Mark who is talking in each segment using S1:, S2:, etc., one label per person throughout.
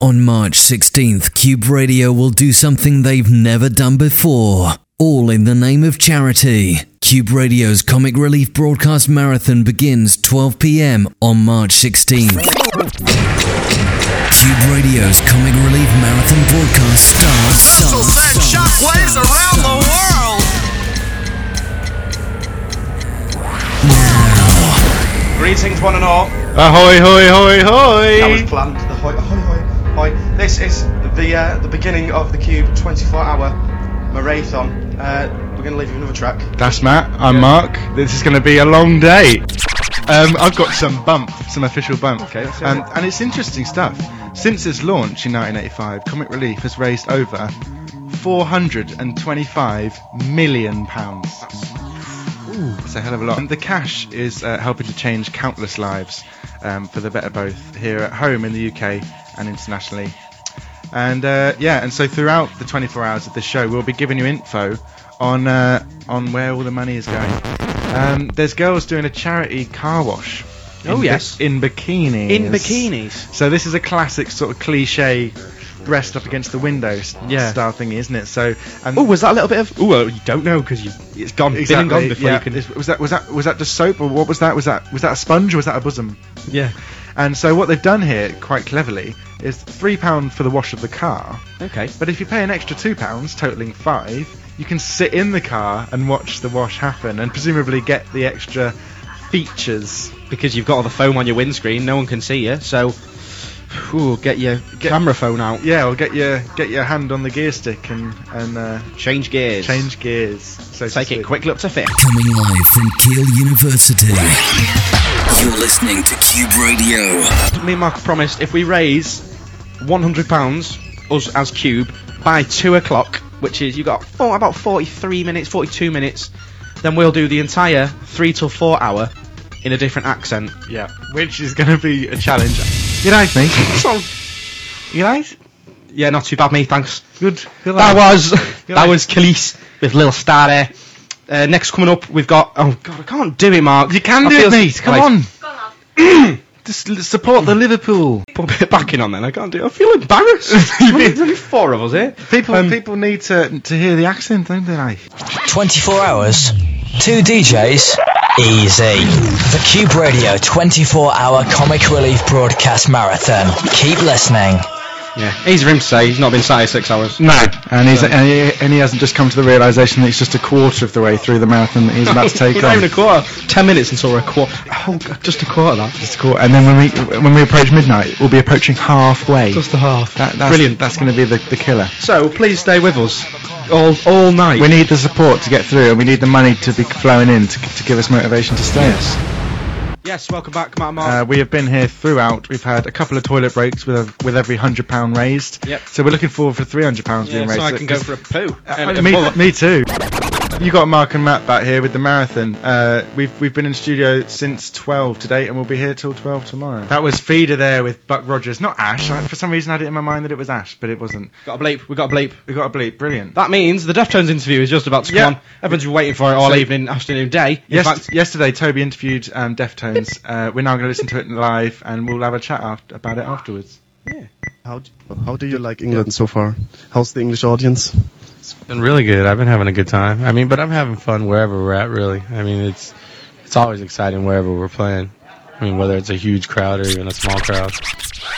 S1: On March 16th, Cube Radio will do something they've never done before, all in the name of charity. Cube Radio's Comic Relief Broadcast Marathon begins 12 p.m. on March 16th. Cube Radio's Comic Relief Marathon broadcast starts.
S2: So send shockwaves around the world.
S3: Greetings, one and all.
S4: Ahoy, hoy, hoy,
S3: That was
S4: hoy!
S3: planned. The hoi, hoi, hoi, hoi. This is the uh, the beginning of the Cube 24-hour marathon. Uh, we're gonna leave you another track.
S4: That's Matt. I'm Mark. This is going to be a long day. Um, I've got some bump, some official bump.
S3: Okay, let's hear
S4: um,
S3: it.
S4: and it's interesting stuff. Since its launch in 1985, Comic Relief has raised over 425 million pounds. Ooh, that's a hell of a lot. And the cash is uh, helping to change countless lives um, for the better, both here at home in the UK and internationally. And uh, yeah, and so throughout the 24 hours of this show, we'll be giving you info on uh, on where all the money is going. Um, there's girls doing a charity car wash. in
S5: Oh,
S4: bi-
S5: yes.
S4: in bikinis.
S5: In bikinis.
S4: So this is a classic sort of cliche, breast up against the window s-
S5: Yeah.
S4: style thingy, isn't it? So and
S5: Oh, was that a little bit of? Oh, well, you don't know because you it's gone, been and gone before
S4: yeah.
S5: you can.
S4: Is- Was that was that was that just soap or what was that? Was that was that a sponge or was that a bosom?
S5: Yeah.
S4: And so what they've done here quite cleverly is three pound for the wash of the car,
S5: Okay.
S4: but if you pay an extra two pounds, totaling five, you can sit in the car and watch the wash happen, and presumably get the extra features.
S5: Because you've got all the foam on your windscreen, no one can see you. So, whew, get your camera phone out.
S4: Yeah, or get your get your hand on the gear stick and and uh,
S5: Change gears.
S4: change gears. So to
S5: Take it
S4: speak.
S5: quickly up to fifth.
S1: Coming live from Kiel University. You're listening to Cube Radio.
S5: Me and Mark promised if we raise one hundred pounds, us as Cube, by two o'clock, which is you got four, about forty-three minutes, forty-two minutes, then we'll do the entire three till four hour in a different accent.
S4: Yeah, which is going to be a challenge. You like me?
S5: So,
S4: You like?
S5: yeah, not too bad, me. Thanks.
S4: Good. Good
S5: That
S4: lad.
S5: was
S4: right.
S5: that was Khalees with Lil Star there. Uh, next coming up, we've got. Oh God, I can't do it, Mark.
S4: You can
S5: I
S4: do
S5: feel-
S4: it, mate. Come
S5: Right,
S4: on. Hmm. Just l- support the Liverpool.
S5: Put it back in on then. I can't do it. I feel embarrassed. There's only four of us here.
S4: People,
S5: Um,
S4: people need to to hear the accent, don't they? Like?
S6: 24 hours, two DJs, easy. The Cube Radio 24 hour comic relief broadcast marathon. Keep listening.
S5: Yeah, easy for him to say. He's not been sat here six hours.
S4: No, and he's and he, and he hasn't just come to the realization that he's just a quarter of the way through the marathon that he's about to take
S5: We're
S4: on.
S5: not even a quarter. Ten minutes until we're a quarter. Oh, God, just a quarter. That.
S4: It's cool. And then when we when we approach midnight, we'll be approaching halfway.
S5: Just a half.
S4: That, that's,
S5: Brilliant.
S4: That's going to be the, the killer.
S5: So please stay with us all all night.
S4: We need the support to get through, and we need the money to be flowing in to, to give us motivation to stay.
S5: yes, welcome back, Matt and Mark.
S4: Uh, we have been here throughout. We've had a couple of toilet breaks with a, with every hundred pound raised.
S5: Yep.
S4: So we're looking forward for three hundred pounds
S5: yeah,
S4: being
S5: so
S4: raised. Uh,
S5: I can go for a poo. And a
S4: me,
S5: bullet.
S4: me too. You got Mark and Matt back here with the marathon. Uh, we've we've been in studio since twelve today, and we'll be here till twelve tomorrow. That was Feeder there with Buck Rogers, not Ash. I, for some reason, I had it in my mind that it was Ash, but it wasn't.
S5: Got a bleep. We got a bleep.
S4: We got a bleep, brilliant.
S5: That means the Deftones interview is just about to come
S4: Yeah.
S5: on. Everyone's been waiting for it all
S4: So-
S5: evening, afternoon, day. In
S4: Yes,
S5: fact,
S4: yesterday Toby interviewed um, Deftones. Uh, we're now going to listen to it live, and we'll have a chat aft about it afterwards.
S7: How do, how do you like England so far? How's the English audience?
S8: been really good. I've been having a good time. I mean, but I'm having fun wherever we're at, really. I mean, it's it's always exciting wherever we're playing. I mean, whether it's a huge crowd or even a small crowd.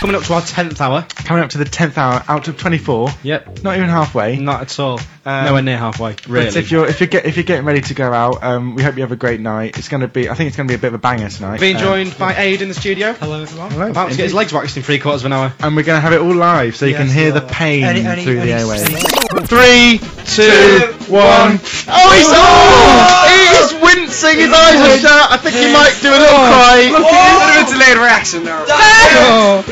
S5: coming up to our 10th hour.
S4: Coming up to the tenth hour, out of twenty-four,
S5: Yep.
S4: not even halfway.
S5: Not at all.
S4: Um,
S5: Nowhere near halfway. Really.
S4: But if you're if you're get, if you're getting ready to go out, um, we hope you have a great night. It's going to be I think it's going to be a bit of a banger tonight.
S5: Being
S4: Um,
S5: joined by Aid in the studio. Hello, everyone. About to get his legs waxed in three quarters of an hour.
S4: and we're going to have it all live, so you can hear the pain through the airwaves.
S5: Three, two, one.
S4: Oh, he's oh! He's wincing. His eyes are shut. I think he might do a little cry. Look at him.
S3: delayed reaction there.
S5: Oh.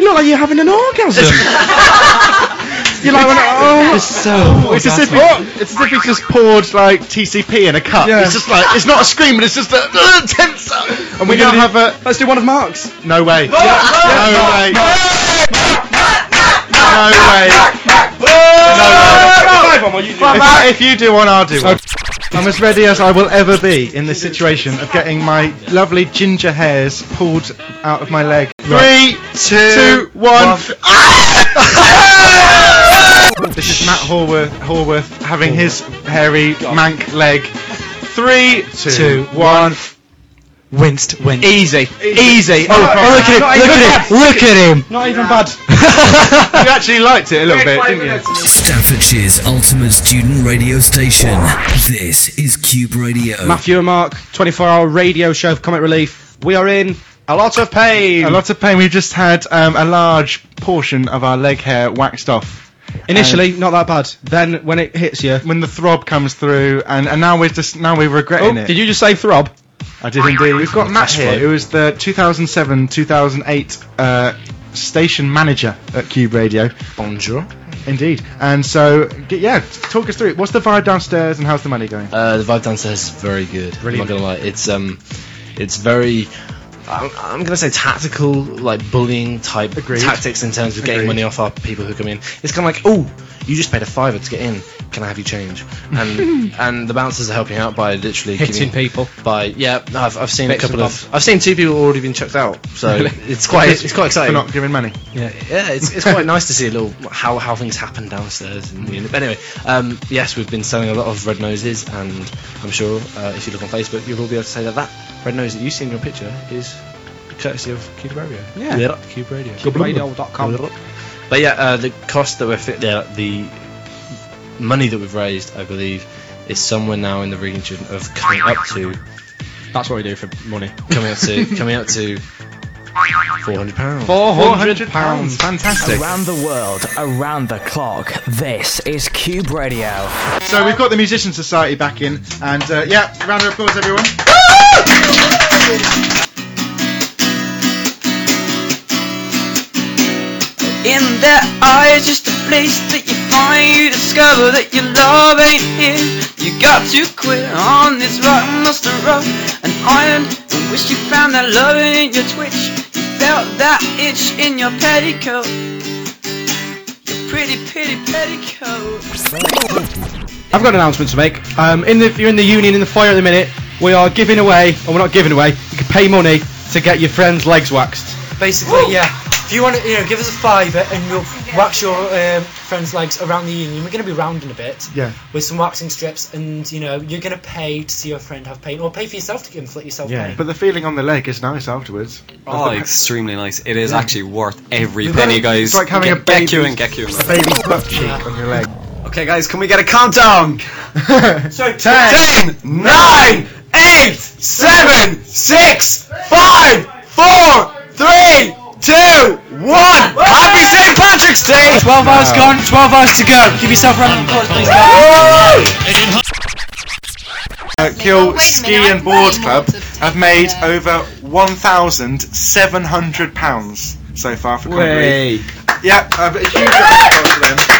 S5: You look like you're having an orgasm.
S4: You know, when- oh,
S5: so.
S4: It's as if he, it's as if he's just poured like TCP in a cup.
S5: Yeah.
S4: It's just like it's not a scream, but it's just a uh, tense. up. And we don't have a
S5: Let's do one of Mark's.
S4: no way. No way. No way. No way.
S5: Five on one, you do.
S4: If, if you do one, I'll do one. I'm as ready as I will ever be in this situation of getting my lovely ginger hairs pulled out of my leg. Three, two, one. this is Matt Horworth, Horworth having his hairy mank leg. Three, two, one.
S9: Winced, winced.
S5: Easy, easy. Oh,
S9: look at him, look at him, look at him.
S4: Not even bad. you actually liked it a little bit, didn't you?
S1: Staffordshire's ultimate student radio station. This is Cube Radio.
S5: Matthew and Mark, 24-hour radio show for Comic Relief. We are in a lot of pain.
S4: A lot of pain. We've just had um, a large portion of our leg hair waxed off.
S5: Initially, not that bad. Then when it hits you,
S4: When the throb comes through, and, and now we're just now we're regretting
S10: Oh,
S4: it.
S5: did you just say throb?
S4: I did indeed. We've got Matt here, who was the 2007-2008 uh, station manager at Cube Radio.
S11: Bonjour.
S4: Indeed. And so, g- yeah, talk us through it. What's the vibe downstairs, and how's the money going?
S11: Uh, the vibe downstairs is very good.
S4: Brilliant.
S11: I'm not gonna lie, it's um, it's very. I'm, I'm gonna say tactical, like bullying type
S4: Agreed.
S11: tactics in terms of getting
S4: Agreed.
S11: money off our people who come in. It's kind of like, oh, you just paid a fiver to get in. Can I have you change? And and the bouncers are helping out by literally
S5: Hitting
S11: giving,
S5: people.
S11: by yeah. no, I've, I've seen a
S5: Bits and
S11: couple of I've seen two people already been chucked out. So it's quite it's quite
S4: For
S11: exciting.
S4: not giving money.
S11: Yeah, it's, it's quite nice to see a little how, how things happen downstairs in the unit. But anyway, um, yes, we've been selling a lot of red noses, and I'm sure uh, if you look on Facebook, you'll all be able to say that that red nose that you see in your picture is courtesy of Cube Radio.
S5: Yeah.
S11: Cube Radio.
S5: Cubradio.com.
S11: But yeah, uh, the cost that we're fi- yeah, the money that we've raised, I believe, is somewhere now in the region of coming up to
S5: That's what we do for money.
S11: coming up to coming up to four hundred pounds.
S5: Four
S4: £100. Fantastic.
S6: Around the world, around the clock. This is Cube Radio.
S4: So we've got the Musician Society back in, and uh, yeah, round of applause, everyone.
S2: In their eyes, just a place that you find. You discover that your love ain't here. You got to quit on this rotten muster road and iron. And wish you found that love in your twitch. You felt that itch in your petticoat. Your pretty, pretty petticoat.
S5: I've got an announcement to make. Um, in the, if you're in the union in the fire at the minute, we are giving away, or we're not giving away, you can pay money to get your friend's legs waxed.
S9: Basically, yeah. If you want to, you know, give us a fiver and we'll wax your um, friend's legs around the union. We're going to be rounding a bit
S4: Yeah.
S9: with some waxing strips, and you know, you're going to pay to see your friend have pain, or pay for yourself to inflict yourself pain.
S4: But the feeling on the leg is nice afterwards.
S10: Oh, extremely nice. It is actually worth every
S4: We've got
S10: penny,
S4: it.
S10: guys.
S4: It's like having
S10: get,
S4: a baby.
S10: Get you and get you.
S4: A baby's butt cheek on your leg.
S10: Okay, guys, can we get a countdown?
S4: so
S10: Ten, nine, eight, seven, six, five, four, three, two, one. Happy St. Patrick's Day!
S9: 12 hours gone, 12 hours to go. Give yourself a round of applause, please.
S4: Uh, Kill Ski and Board Club have made over one thousand seven hundred pounds so far for Coventry. Yeah, uh, a huge round of applause for them.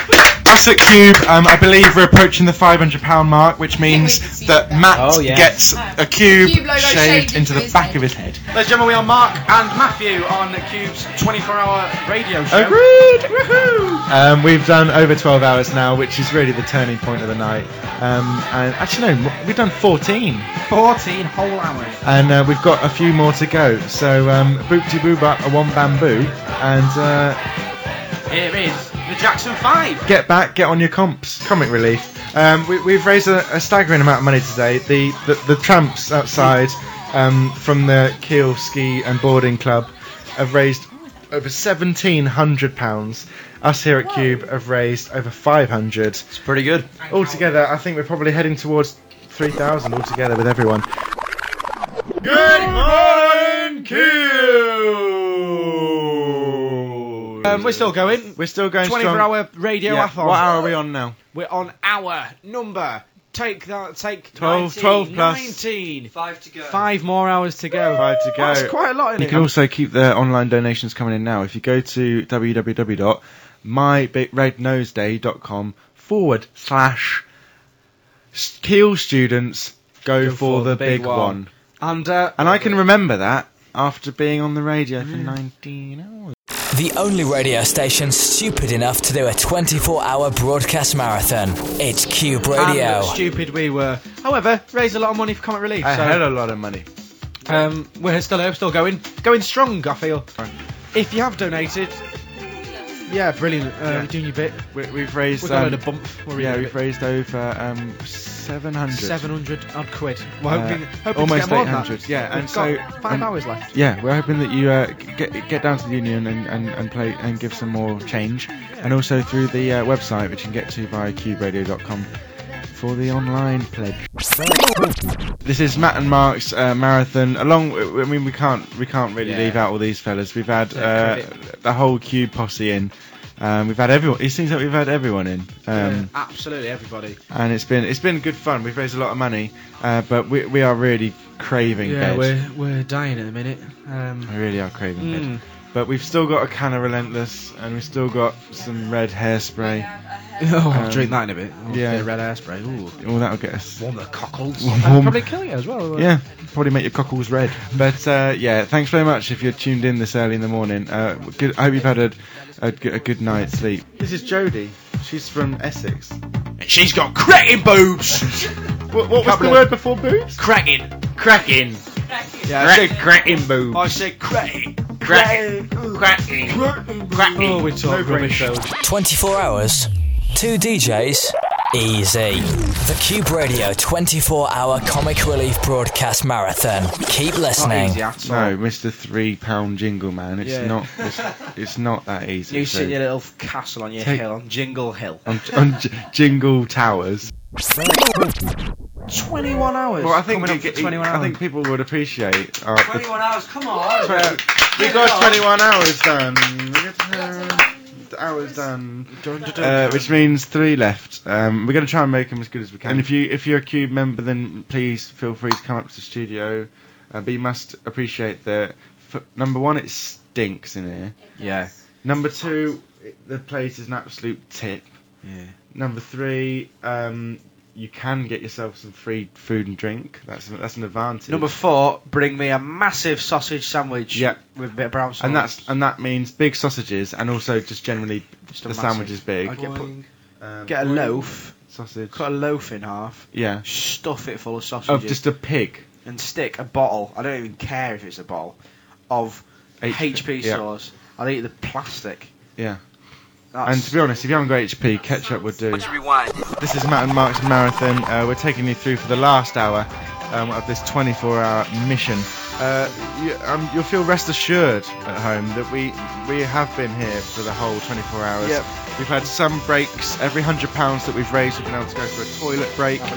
S4: Us at Cube, um, I believe we're approaching the five hundred pound mark, which means that Matt
S5: Oh, yeah.
S4: gets a cube,
S2: Ah, Cube logo
S4: shaved
S2: shaved
S4: into
S2: into
S4: the
S2: his
S4: back
S2: head.
S4: of his head.
S5: Ladies and gentlemen, we are Mark and Matthew on Cube's 24-hour radio show.
S4: Agreed! Um, we've done over 12 hours now, which is really the turning point of the night. Um, and actually, no, we've done 14,
S5: 14 whole hours.
S4: and uh, we've got a few more to go. So, um, boop de boo up, a one bamboo, and uh,
S5: Here is the Jackson 5.
S4: get back, get on your comps. Comic relief. Um, we, we've raised a, a staggering amount of money today. The, the, the tramps outside um, from the Kiel Ski and Boarding Club have raised over £1,700. Us here at Cube have raised over 500
S11: It's pretty good.
S4: Altogether, I think we're probably heading towards 3,000 altogether with everyone. Good morning, Q!
S5: Um, we're still going.
S4: We're still going
S5: 24
S4: strong.
S5: hour radio
S4: Yeah.
S5: athon.
S4: What hour are we on now?
S5: We're on hour number. Take that. Take
S4: 12,
S5: 19,
S4: 12 plus.
S5: 19.
S10: Five to go.
S5: Five more hours to go.
S4: Five to go.
S5: That's quite a lot. Isn't
S4: You
S5: it?
S4: can also keep the online donations coming in now. If you go to www.mybigrednoseday.com forward slash Keel students go, for, the, big, one.
S5: and uh, Mm.
S4: And I can remember that after being on the radio for 19 hours.
S6: The only radio station stupid enough to do a 24 hour broadcast marathon. It's Cube Radio.
S5: And look stupid we were. However, raised a lot of money for Comet Relief.
S4: I
S5: so
S4: had a lot of money.
S5: Um, we're still here, still going, going strong. I feel. If you have donated, yeah, brilliant. Uh,
S4: Yeah.
S5: You're doing your bit.
S4: We, we've raised.
S5: We've got a
S4: um,
S5: load of bump. We're
S4: yeah,
S5: in a
S4: we've
S5: bit.
S4: raised over um, 700.
S5: 700 odd quid. We're
S4: Uh,
S5: hoping, hoping
S4: almost
S5: to get more than that.
S4: 800, yeah,
S5: We've
S4: and
S5: got
S4: so-
S5: five
S4: and-
S5: hours left.
S4: Yeah, we're hoping that you uh, g- get get down to the union and, and, and play and give some more change, and also through the uh, website which you can get to by cuberadio.com for the online pledge. This is Matt and Mark's uh, marathon. Along, I mean, we can't we can't really leave out all these fellas. We've had uh, the whole cube posse in. Um, we've had everyone. It seems like we've had everyone in. Um,
S5: Absolutely, everybody.
S4: and it's been it's been good fun. We've raised a lot of money, uh, but we, we are really craving
S5: Yeah,
S4: bed.
S5: we're we're dying at the minute. Um,
S4: We really are craving
S5: Mm.
S4: bed. But we've still got a can of Relentless, and we've still got some red hairspray.
S5: Oh, I'll drink that in a bit. Oh,
S4: yeah,
S5: bit of red hairspray. Ooh.
S4: Well, that'll get us
S5: warm the cockles.
S4: Warm-
S5: That'd probably kill you as well.
S4: Yeah, probably make your cockles red. But uh, yeah, thanks very much if you're tuned in this early in the morning. Uh, good, I hope you've had a, a, g- a good night's sleep. This is Jodie. She's from Essex.
S5: She's got cracking boobs.
S4: what, what was
S5: Couple
S4: the
S5: of-
S4: word before boobs?
S5: Cracking, cracking.
S4: Yeah,
S5: Crack-
S4: I said
S5: cracking boobs.
S4: I said cracking.
S5: Cracking, cracking, cracking. Oh, we talk rubbish.
S6: 24 hours, two DJs, easy. The Cube Radio 24 hour comic relief broadcast marathon. Keep listening.
S4: No, Mr. Three Pound Jingle Man. It's
S5: Yeah.
S4: not. It's, it's not that easy.
S5: You
S4: so-
S5: sit in your little castle on your
S4: Take-
S5: hill, on Jingle Hill.
S4: on, on J- Jingle Towers.
S5: 21 hours.
S4: Well, I think
S5: Coming
S4: we
S5: up for
S4: get-
S5: 21
S4: I
S5: hours.
S4: think people would appreciate. Our, the,
S2: hours, come on.
S4: we got 21 hours done. We got 21 hours done. Uh, which means three left. Um, we're going to try and make them as good as we can. And if you if you're a Cube member, then please feel free to come up to the studio. Uh, but you must appreciate that. F- number one, it stinks in here.
S5: Yeah.
S4: Number two, it- the place is an absolute tip.
S5: Yeah.
S4: Number three, um, you can get yourself some free food and drink. That's that's an advantage.
S5: Number four, bring me a massive sausage sandwich.
S4: Yeah.
S5: With a bit of brown sauce.
S4: and that's and that means big sausages and also just generally
S5: Just a
S4: the
S5: massive-
S4: sandwich is big.
S5: I get, put,
S4: Um,
S5: get a loaf,
S4: sausage.
S5: cut a loaf in half,
S4: Yeah.
S5: stuff it full of sausages,
S4: Of just a pig.
S5: and stick a bottle. I don't even care if it's a bottle of
S4: HP,
S5: HP
S4: yeah.
S5: sauce. I'll eat the plastic.
S4: Yeah.
S5: That's-
S4: And to be honest, if you haven't got HP, ketchup would do.
S6: Rewind.
S4: This is Matt and Mark's marathon. Uh, we're taking you through for the last hour um, of this 24-hour mission. Uh, you, um, you'll feel rest assured at home that we we have been here for the whole 24 hours.
S5: Yep.
S4: We've had some breaks. Every hundred pounds that we've raised, we've been able to go for a toilet break, have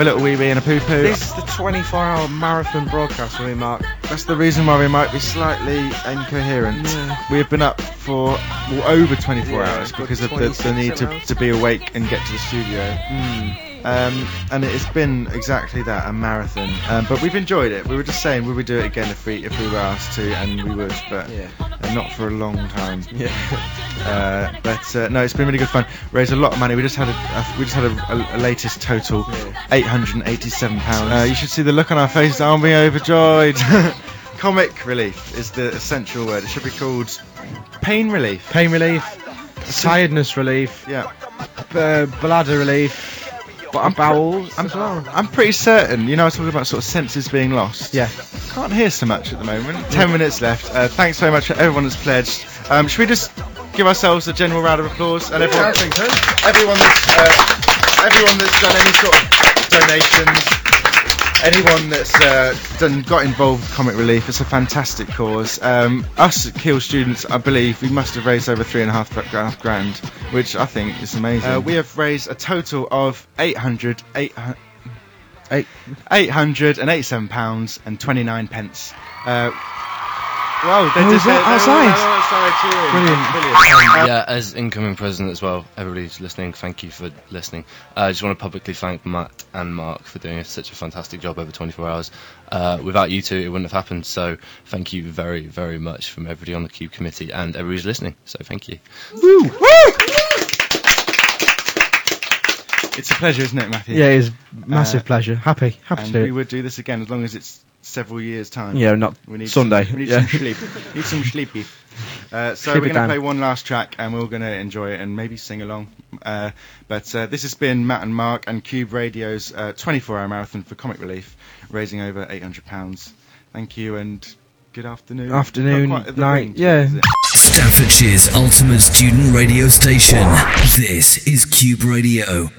S4: a little wee wee and a poo poo.
S5: This is the 24-hour marathon broadcast, really, Mark.
S4: That's the reason why we might be slightly incoherent. We have been up for well, over 24
S5: Yeah,
S4: hours
S5: good
S4: because of the, the
S5: 26
S4: need to,
S5: hours. Hmm.
S4: to be awake and get to the studio. Um, and it's been exactly that, a marathon. Um, but we've enjoyed it. We were just saying, would we do it again if we if we were asked to? And we would, but
S5: Yeah.
S4: uh, not for a long time. Yeah. uh, but uh, no, it's been really good fun. Raised a lot of money. We just had a, a we just had a, a, a latest total, eight hundred and eighty-seven pounds. Uh, you should see the look on our faces. I'll be overjoyed. Comic relief is the essential word. It should be called pain relief.
S5: Pain relief, tiredness relief,
S4: Yeah.
S5: uh, bladder relief,
S4: But I'm
S5: bowels
S4: I'm, I'm pretty certain. You know, I was talking about sort of senses being lost.
S5: Yeah.
S4: Can't hear so much at the moment. Ten minutes left. Uh, thanks very much for everyone that's pledged. Um, should we just give ourselves a general round of applause and everyone, everyone that's uh, everyone that's done any sort of donations, anyone that's uh, done got involved with Comic Relief. It's a fantastic cause. Um, us at Keel students, I believe, we must have raised over three and a half gra- gra- grand, which I think is amazing. Uh, we have raised a total of 800, 800 Eight, eight hundred and eighty-seven pounds and twenty-nine pence. Uh, well, they're
S10: Oh,
S4: just
S10: they're
S4: they're- they're
S10: outside.
S4: all outside cheering.
S10: Brilliant.
S4: Brilliant. Uh,
S12: yeah, as incoming president as well, everybody who's listening, thank you for listening. Uh, I just want to publicly thank Matt and Mark for doing such a fantastic job over 24 hours. Uh, without you two, it wouldn't have happened. So thank you very, very much from everybody on the Cube committee and everybody who's listening. So thank you.
S4: Woo! It's a pleasure, isn't it, Matthew?
S5: Yeah, it is massive
S4: Uh,
S5: pleasure. Happy, happy
S4: and
S5: to do
S4: we
S5: it.
S4: would do this again as long as it's several years' time.
S5: Yeah, not
S4: we need
S5: Sunday,
S4: Some, we need
S5: yeah.
S4: some sleep. Need some sleepy. Uh, so
S5: Should
S4: we're
S5: be
S4: going
S5: done.
S4: to play one last track, and we're going to enjoy it and maybe sing along. Uh, but uh, this has been Matt and Mark and Cube Radio's 24-hour marathon for Comic Relief, raising over 800 pounds. Thank you and good afternoon.
S5: Afternoon,
S4: Not quite the
S5: night,
S4: range,
S5: yeah.
S4: is it?
S1: Staffordshire's ultimate student radio station. This is Cube Radio.